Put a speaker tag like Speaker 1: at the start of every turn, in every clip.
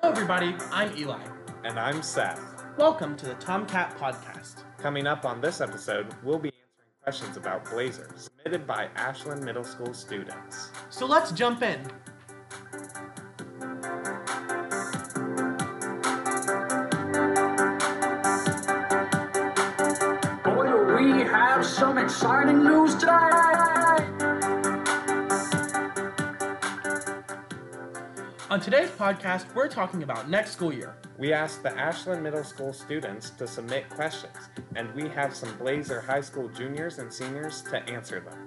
Speaker 1: Hello, everybody. I'm Eli.
Speaker 2: And I'm Seth.
Speaker 1: Welcome to the Tomcat Podcast.
Speaker 2: Coming up on this episode, we'll be answering questions about Blazer submitted by Ashland Middle School students.
Speaker 1: So let's jump in.
Speaker 3: Boy, do we have some exciting news today!
Speaker 1: On today's podcast, we're talking about next school year.
Speaker 2: We asked the Ashland Middle School students to submit questions, and we have some Blazer High School juniors and seniors to answer them.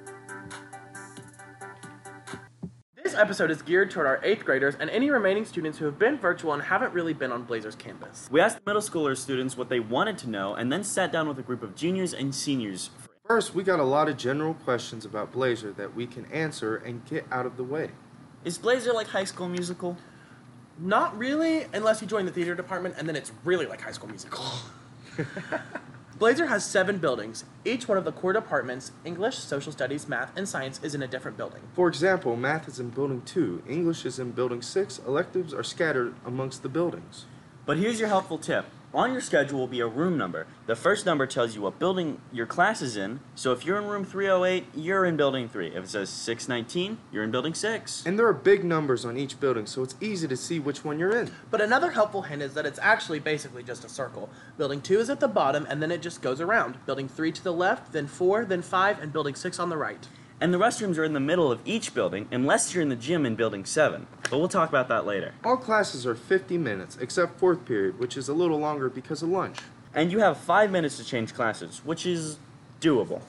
Speaker 1: This episode is geared toward our eighth graders and any remaining students who have been virtual and haven't really been on Blazer's campus.
Speaker 4: We asked middle schooler students what they wanted to know and then sat down with a group of juniors and seniors.
Speaker 5: First, we got a lot of general questions about Blazer that we can answer and get out of the way.
Speaker 4: Is Blazer like High School Musical?
Speaker 1: Not really, unless you join the theater department, and then it's really like High School Musical. Blazer has seven buildings. Each one of the core departments English, Social Studies, Math, and Science is in a different building.
Speaker 5: For example, math is in building 2, English is in building 6, electives are scattered amongst the buildings.
Speaker 4: But here's your helpful tip. On your schedule will be a room number. The first number tells you what building your class is in. So if you're in room 308, you're in building 3. If it says 619, you're in building 6.
Speaker 5: And there are big numbers on each building, so it's easy to see which one you're in.
Speaker 1: But another helpful hint is that it's actually basically just a circle. Building 2 is at the bottom, and then it just goes around. Building 3 to the left, then 4, then 5, and building 6 on the right.
Speaker 4: And the restrooms are in the middle of each building unless you're in the gym in building 7. But we'll talk about that later.
Speaker 5: All classes are 50 minutes, except fourth period, which is a little longer because of lunch.
Speaker 4: And you have 5 minutes to change classes, which is doable.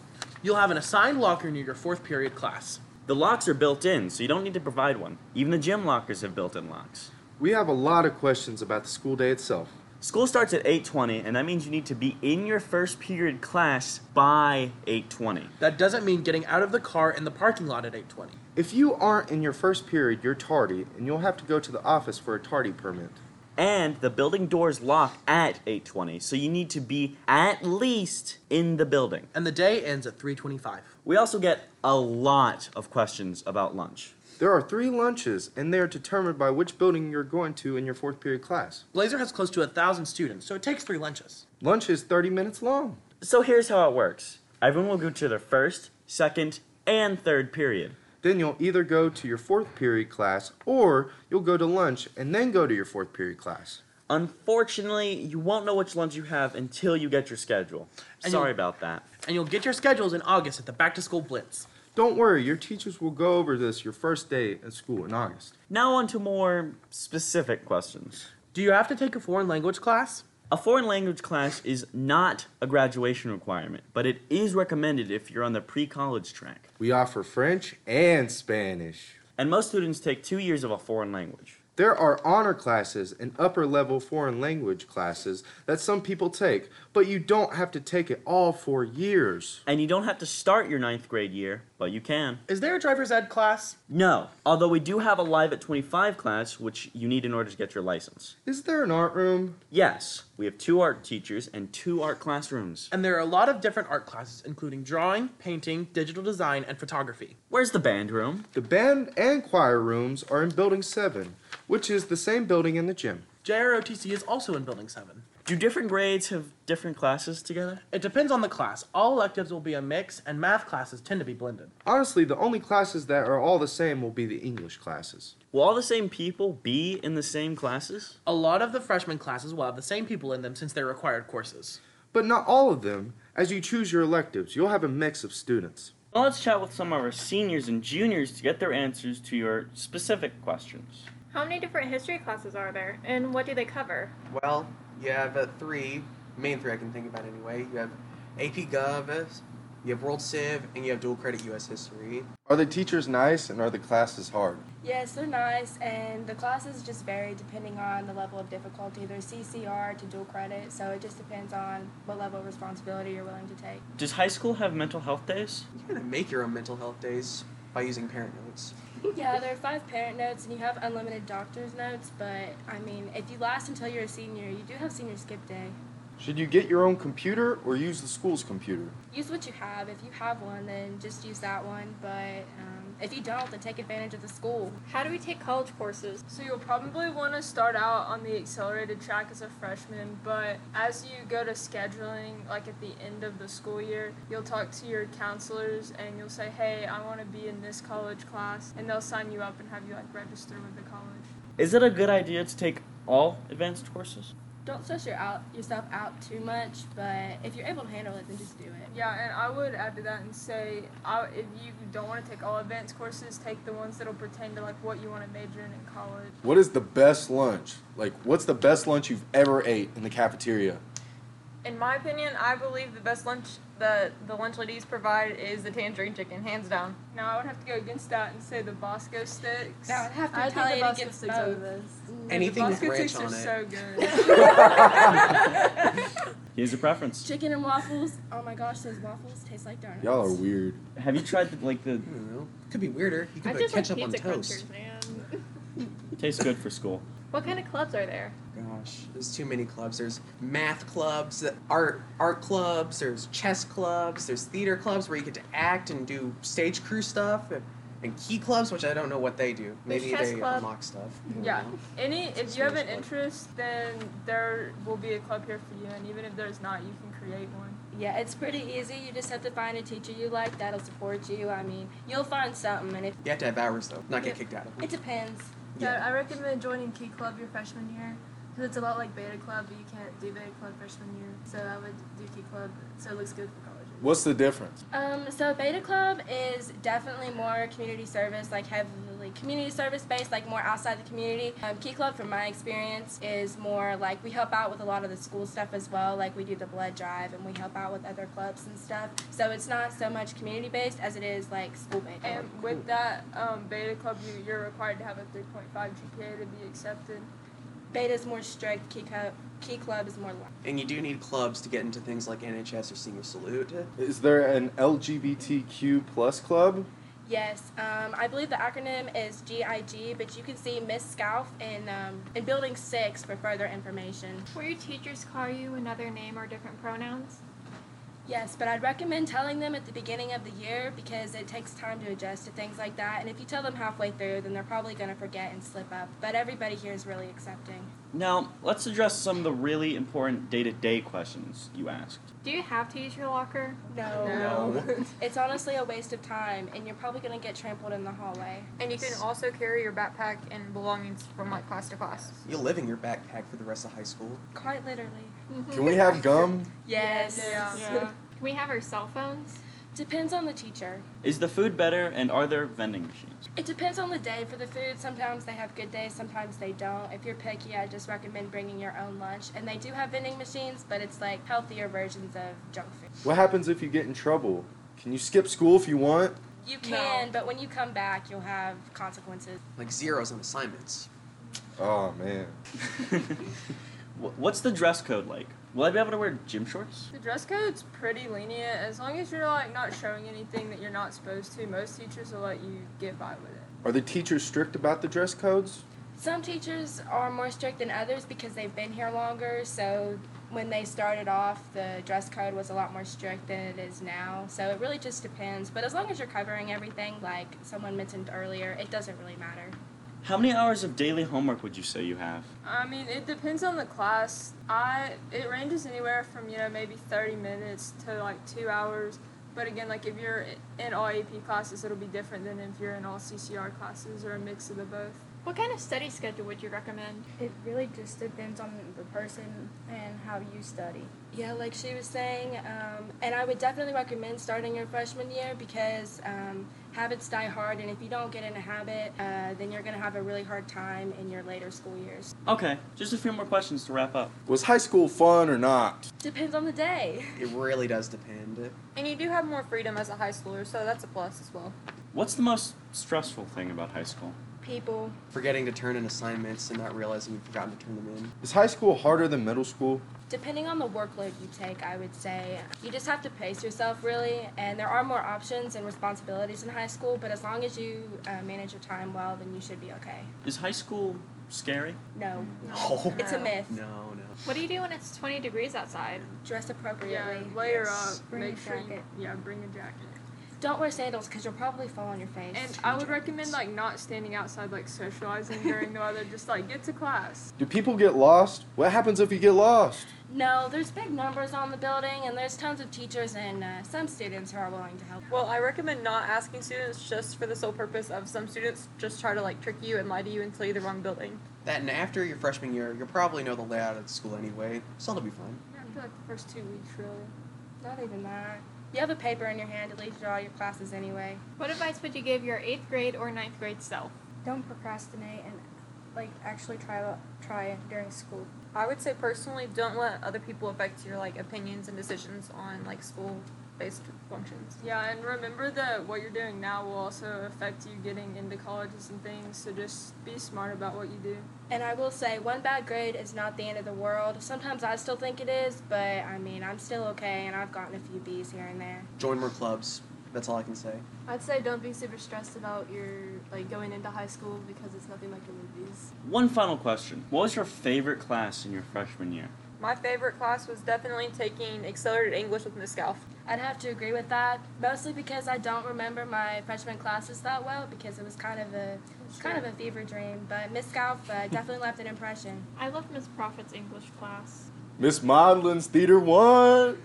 Speaker 1: You'll have an assigned locker near your fourth period class.
Speaker 4: The locks are built in, so you don't need to provide one. Even the gym lockers have built-in locks.
Speaker 5: We have a lot of questions about the school day itself.
Speaker 4: School starts at 8:20, and that means you need to be in your first period class by 8:20.
Speaker 1: That doesn't mean getting out of the car in the parking lot at 8:20.
Speaker 5: If you aren't in your first period, you're tardy, and you'll have to go to the office for a tardy permit.
Speaker 4: And the building doors lock at 8:20, so you need to be at least in the building.
Speaker 1: And the day ends at 3:25.
Speaker 4: We also get a lot of questions about lunch.
Speaker 5: There are three lunches, and they are determined by which building you're going to in your fourth period class.
Speaker 1: Blazer has close to a thousand students, so it takes three lunches.
Speaker 5: Lunch is 30 minutes long.
Speaker 4: So here's how it works. Everyone will go to their first, second, and third period.
Speaker 5: Then you'll either go to your fourth period class or you'll go to lunch and then go to your fourth period class.
Speaker 4: Unfortunately, you won't know which lunch you have until you get your schedule.
Speaker 1: And
Speaker 4: Sorry
Speaker 1: you-
Speaker 4: about that.
Speaker 1: And you'll get your schedules in August at the back to school blitz.
Speaker 5: Don't worry, your teachers will go over this your first day at school in August.
Speaker 4: Now on to more specific questions.
Speaker 1: Do you have to take a foreign language class?
Speaker 4: A foreign language class is not a graduation requirement, but it is recommended if you're on the pre college track.
Speaker 5: We offer French and Spanish.
Speaker 4: And most students take two years of a foreign language.
Speaker 5: There are honor classes and upper level foreign language classes that some people take, but you don't have to take it all for years.
Speaker 4: And you don't have to start your ninth grade year, but you can.
Speaker 1: Is there a driver's ed class?
Speaker 4: No, although we do have a Live at 25 class, which you need in order to get your license.
Speaker 5: Is there an art room?
Speaker 4: Yes, we have two art teachers and two art classrooms.
Speaker 1: And there are a lot of different art classes, including drawing, painting, digital design, and photography.
Speaker 4: Where's the band room?
Speaker 5: The band and choir rooms are in Building 7, which is the same building in the gym.
Speaker 1: JROTC is also in Building 7.
Speaker 4: Do different grades have different classes together?
Speaker 1: It depends on the class. All electives will be a mix, and math classes tend to be blended.
Speaker 5: Honestly, the only classes that are all the same will be the English classes.
Speaker 4: Will all the same people be in the same classes?
Speaker 1: A lot of the freshman classes will have the same people in them since they're required courses.
Speaker 5: But not all of them. As you choose your electives, you'll have a mix of students.
Speaker 4: Now let's chat with some of our seniors and juniors to get their answers to your specific questions.
Speaker 6: How many different history classes are there, and what do they cover?
Speaker 7: Well, you have uh, three, main three I can think about anyway. You have AP Gov, you have World Civ, and you have dual credit U.S. History.
Speaker 5: Are the teachers nice and are the classes hard?
Speaker 8: Yes, they're nice, and the classes just vary depending on the level of difficulty. There's CCR to dual credit, so it just depends on what level of responsibility you're willing to take.
Speaker 4: Does high school have mental health days?
Speaker 7: You gotta make your own mental health days. by using parent notes.
Speaker 8: Yeah, there are five parent notes, and you have unlimited doctor's notes. But I mean, if you last until you're a senior, you do have senior skip day.
Speaker 5: Should you get your own computer or use the school's computer?
Speaker 8: Use what you have. If you have one, then just use that one. But um, if you don't, then take advantage of the school.
Speaker 6: How do we take college courses?
Speaker 9: So you'll probably want to start out on the accelerated track as a freshman, but as you go to scheduling, like at the end of the school year, you'll talk to your counselors and you'll say, "Hey, I want to be in this college class," and they'll sign you up and have you like register with the college.
Speaker 4: Is it a good idea to take all advanced courses?
Speaker 8: Don't stress your out, yourself out too much. But if you're able to handle it, then just do it.
Speaker 9: Yeah, and I would add to that and say, I, if you don't want to take all advanced courses, take the ones that'll pertain to like what you want to major in in college.
Speaker 10: What is the best lunch? Like, what's the best lunch you've ever ate in the cafeteria?
Speaker 11: In my opinion, I believe the best lunch that the lunch ladies provide is the tangerine chicken, hands down.
Speaker 9: Now I would have to go against that and say the Bosco sticks.
Speaker 8: Now I'd have to
Speaker 9: I
Speaker 8: tell
Speaker 9: think
Speaker 8: you to
Speaker 9: the Bosco
Speaker 8: get
Speaker 9: sticks are the
Speaker 8: both.
Speaker 9: best.
Speaker 7: Anything
Speaker 9: the
Speaker 7: with
Speaker 9: Bosco
Speaker 7: ranch
Speaker 9: sticks
Speaker 7: on
Speaker 9: are
Speaker 7: it.
Speaker 9: so good.
Speaker 4: Here's a preference.
Speaker 8: Chicken and waffles. Oh my gosh, those waffles taste like donuts.
Speaker 10: Y'all are weird.
Speaker 4: Have you tried the, like the
Speaker 7: I don't know. Could be weirder. You
Speaker 6: I
Speaker 7: could put
Speaker 6: just like
Speaker 7: ketchup on
Speaker 6: pizza
Speaker 7: toast.
Speaker 6: crunchers, man.
Speaker 4: tastes good for school?
Speaker 6: What kind of clubs are there?
Speaker 7: Gosh, there's too many clubs. There's math clubs, art art clubs. There's chess clubs. There's theater clubs where you get to act and do stage crew stuff, and, and key clubs, which I don't know what they do.
Speaker 6: There's
Speaker 7: Maybe
Speaker 6: chess
Speaker 7: they
Speaker 6: club.
Speaker 7: unlock stuff. I don't
Speaker 9: Yeah.
Speaker 7: know.
Speaker 9: Any, if you have an
Speaker 7: Seriously.
Speaker 9: interest, then there will be a club here for you, and even if there's not, you can create one.
Speaker 8: Yeah, it's pretty easy. You just have to find a teacher you like that'll support you. I mean, you'll find something, and if
Speaker 7: You have to have hours though, not get
Speaker 9: Yeah. uh,
Speaker 7: kicked out of them.
Speaker 8: it depends.
Speaker 9: Yeah, I recommend joining Key Club your freshman year because it's a lot like Beta Club, but you can't do Beta Club freshman year. So I would do Key Club so it looks good for colleges.
Speaker 10: What's the difference?
Speaker 8: Um, so Beta Club is definitely more community service, like heavily community service based, like more outside the community. Um, Key Club, from my experience, is more like we help out with a lot of the school stuff as well. Like we do the blood drive and we help out with other clubs and stuff. So it's not so much community based as it is like school based.
Speaker 9: And with that um, Beta Club, you, you're required to have a 3.5 GPA to be accepted.
Speaker 8: Beta's more strict. Key Club, Key Club is more. Light.
Speaker 7: And you do need clubs to get into things like NHS or Senior Salute.
Speaker 10: Is there an LGBTQ plus club?
Speaker 8: Yes, um, I believe the acronym is GIG, but you can see Miss Scalf in um, in Building Six for further information.
Speaker 6: Will your teachers call you another name or different pronouns?
Speaker 8: Yes, but I'd recommend telling them at the beginning of the year because it takes time to adjust to things like that. And if you tell them halfway through, then they're probably going to forget and slip up. But everybody here is really accepting.
Speaker 4: Now let's address some of the really important day-to-day questions you asked.
Speaker 6: Do you have to use your locker?
Speaker 8: No.
Speaker 7: No.
Speaker 8: It's honestly a waste of time, and you're probably going to get trampled in the hallway.
Speaker 11: And you can also carry your backpack and belongings from like class to class.
Speaker 7: You'll live in your backpack for the rest of high school.
Speaker 8: Quite literally.
Speaker 6: Mm-hmm.
Speaker 10: Can we have gum?
Speaker 8: Yes.
Speaker 9: Yeah.
Speaker 6: Can we have our cell phones?
Speaker 8: Depends on the teacher.
Speaker 4: Is the food better, and are there vending machines?
Speaker 8: It depends on the day for the food. Sometimes they have good days, sometimes they don't. If you're picky, I just recommend bringing your own lunch. And they do have vending machines, but it's like healthier versions of junk food.
Speaker 10: What happens if you get in trouble? Can you skip school if you want?
Speaker 8: You
Speaker 11: No.
Speaker 8: can, but when you come back, you'll have consequences.
Speaker 7: Like zeros on assignments.
Speaker 10: Oh man.
Speaker 4: Wh- What's the dress code like? Will I be able to wear gym shorts?
Speaker 9: The dress code's pretty lenient as long as you're like not showing anything that you're not supposed to. Most teachers will let you get by with it.
Speaker 10: Are the teachers strict about the dress codes?
Speaker 8: Some teachers are more strict than others because they've been here longer, so when they started off, the dress code was a lot more strict than it is now. So it really just depends. But as long as you're covering everything, like someone mentioned earlier, it doesn't really matter.
Speaker 4: How many hours of daily homework would you say you have?
Speaker 9: I mean, it depends on the class. I it ranges anywhere from you know maybe thirty minutes to like two hours. But again, like if you're in all AP classes, it'll be different than if you're in all CCR classes or a mix of the both.
Speaker 6: What kind of study schedule would you recommend?
Speaker 12: It really just depends on the person and how you study.
Speaker 8: Yeah, like she was saying, um, and I would definitely recommend starting your freshman year because um, habits die hard, and if you don't get in a habit, uh, then you're going to have a really hard time in your later school years.
Speaker 4: Okay, just a few more questions to wrap up.
Speaker 10: Was high school fun or not?
Speaker 8: Depends on the day.
Speaker 7: It really does depend.
Speaker 11: And you do have more freedom as a high schooler, so that's a plus as well.
Speaker 4: What's the most stressful thing about high school?
Speaker 8: People.
Speaker 7: Forgetting to turn in assignments and not realizing you've forgotten to turn them in.
Speaker 10: Is high school harder than middle school?
Speaker 8: Depending on the workload you take, I would say you just have to pace yourself really. And there are more options and responsibilities in high school, but as long as you uh, manage your time well, then you should be okay.
Speaker 4: Is high school scary?
Speaker 8: No.
Speaker 4: No.
Speaker 8: It's a myth.
Speaker 4: No, no.
Speaker 6: What do you do when it's 20 degrees outside?
Speaker 8: Dress appropriately.
Speaker 9: Yeah, layer up. make sure You, yeah, bring a jacket.
Speaker 8: Don't wear sandals because you'll probably fall on your face.
Speaker 9: And I would recommend like not standing outside like socializing during the weather. Just like get to class.
Speaker 10: Do people get lost? What happens if you get lost?
Speaker 8: No, there's big numbers on the building, and there's tons of teachers, and uh, some students who are willing to help.
Speaker 11: Well, I recommend not asking students just for the sole purpose of some students just try to like trick you and lie to you and tell you the wrong building.
Speaker 7: That and after your freshman year, you'll probably know the layout of the school anyway, so it'll be fine.
Speaker 9: Yeah, I feel like the first two weeks really.
Speaker 8: Not even that. You have a paper in your hand to lead to all your classes anyway.
Speaker 6: What advice would you give your eighth grade or ninth grade self?
Speaker 12: Don't procrastinate and like actually try try during school.
Speaker 11: I would say personally, don't let other people affect your like opinions and decisions on like school based functions.
Speaker 9: Yeah, and remember that what you're doing now will also affect you getting into colleges and things. So just be smart about what you do.
Speaker 8: And I will say, one bad grade is not the end of the world. Sometimes I still think it is, but I mean, I'm still okay, and I've gotten a few B's here and there.
Speaker 7: Join more clubs. That's all I can say.
Speaker 13: I'd say don't be super stressed about your like going into high school because it's nothing like the movies.
Speaker 4: One final question. What was your favorite class in your freshman year?
Speaker 11: My favorite class was definitely taking accelerated English with Miss Galf.
Speaker 8: I'd have to agree with that, mostly because I don't remember my freshman classes that well because it was kind of a it's kind of a fever dream. But Miss Galf uh, definitely left an impression.
Speaker 6: I loved Miss Prophet's English class.
Speaker 10: Miss Maudlin's Theater 1.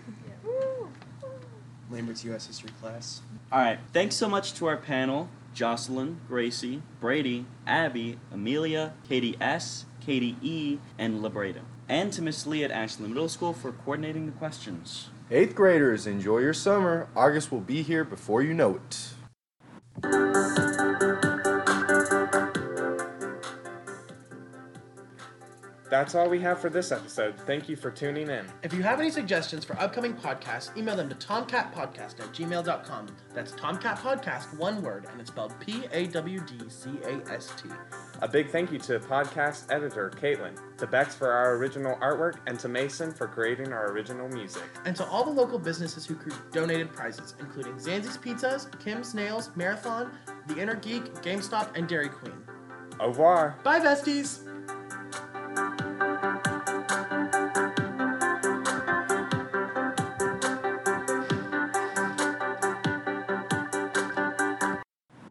Speaker 7: Lambert's U.S. history class.
Speaker 4: All right. Thanks so much to our panel Jocelyn, Gracie, Brady, Abby, Amelia, Katie S., Katie E., and Labreda. And to Miss Lee at Ashland Middle School for coordinating the questions.
Speaker 10: Eighth graders, enjoy your summer. August will be here before you know it.
Speaker 2: That's all we have for this episode. Thank you for tuning in.
Speaker 1: If you have any suggestions for upcoming podcasts, email them to tomcatpodcast at gmail.com. That's tomcatpodcast, one word, and it's spelled P A W D C A S T.
Speaker 2: A big thank you to podcast editor Caitlin, to Bex for our original artwork, and to Mason for creating our original music.
Speaker 1: And to all the local businesses who cr- donated prizes, including Zanzi's Pizzas, Kim's Nails, Marathon, The Inner Geek, GameStop, and Dairy Queen.
Speaker 2: Au revoir.
Speaker 1: Bye, besties!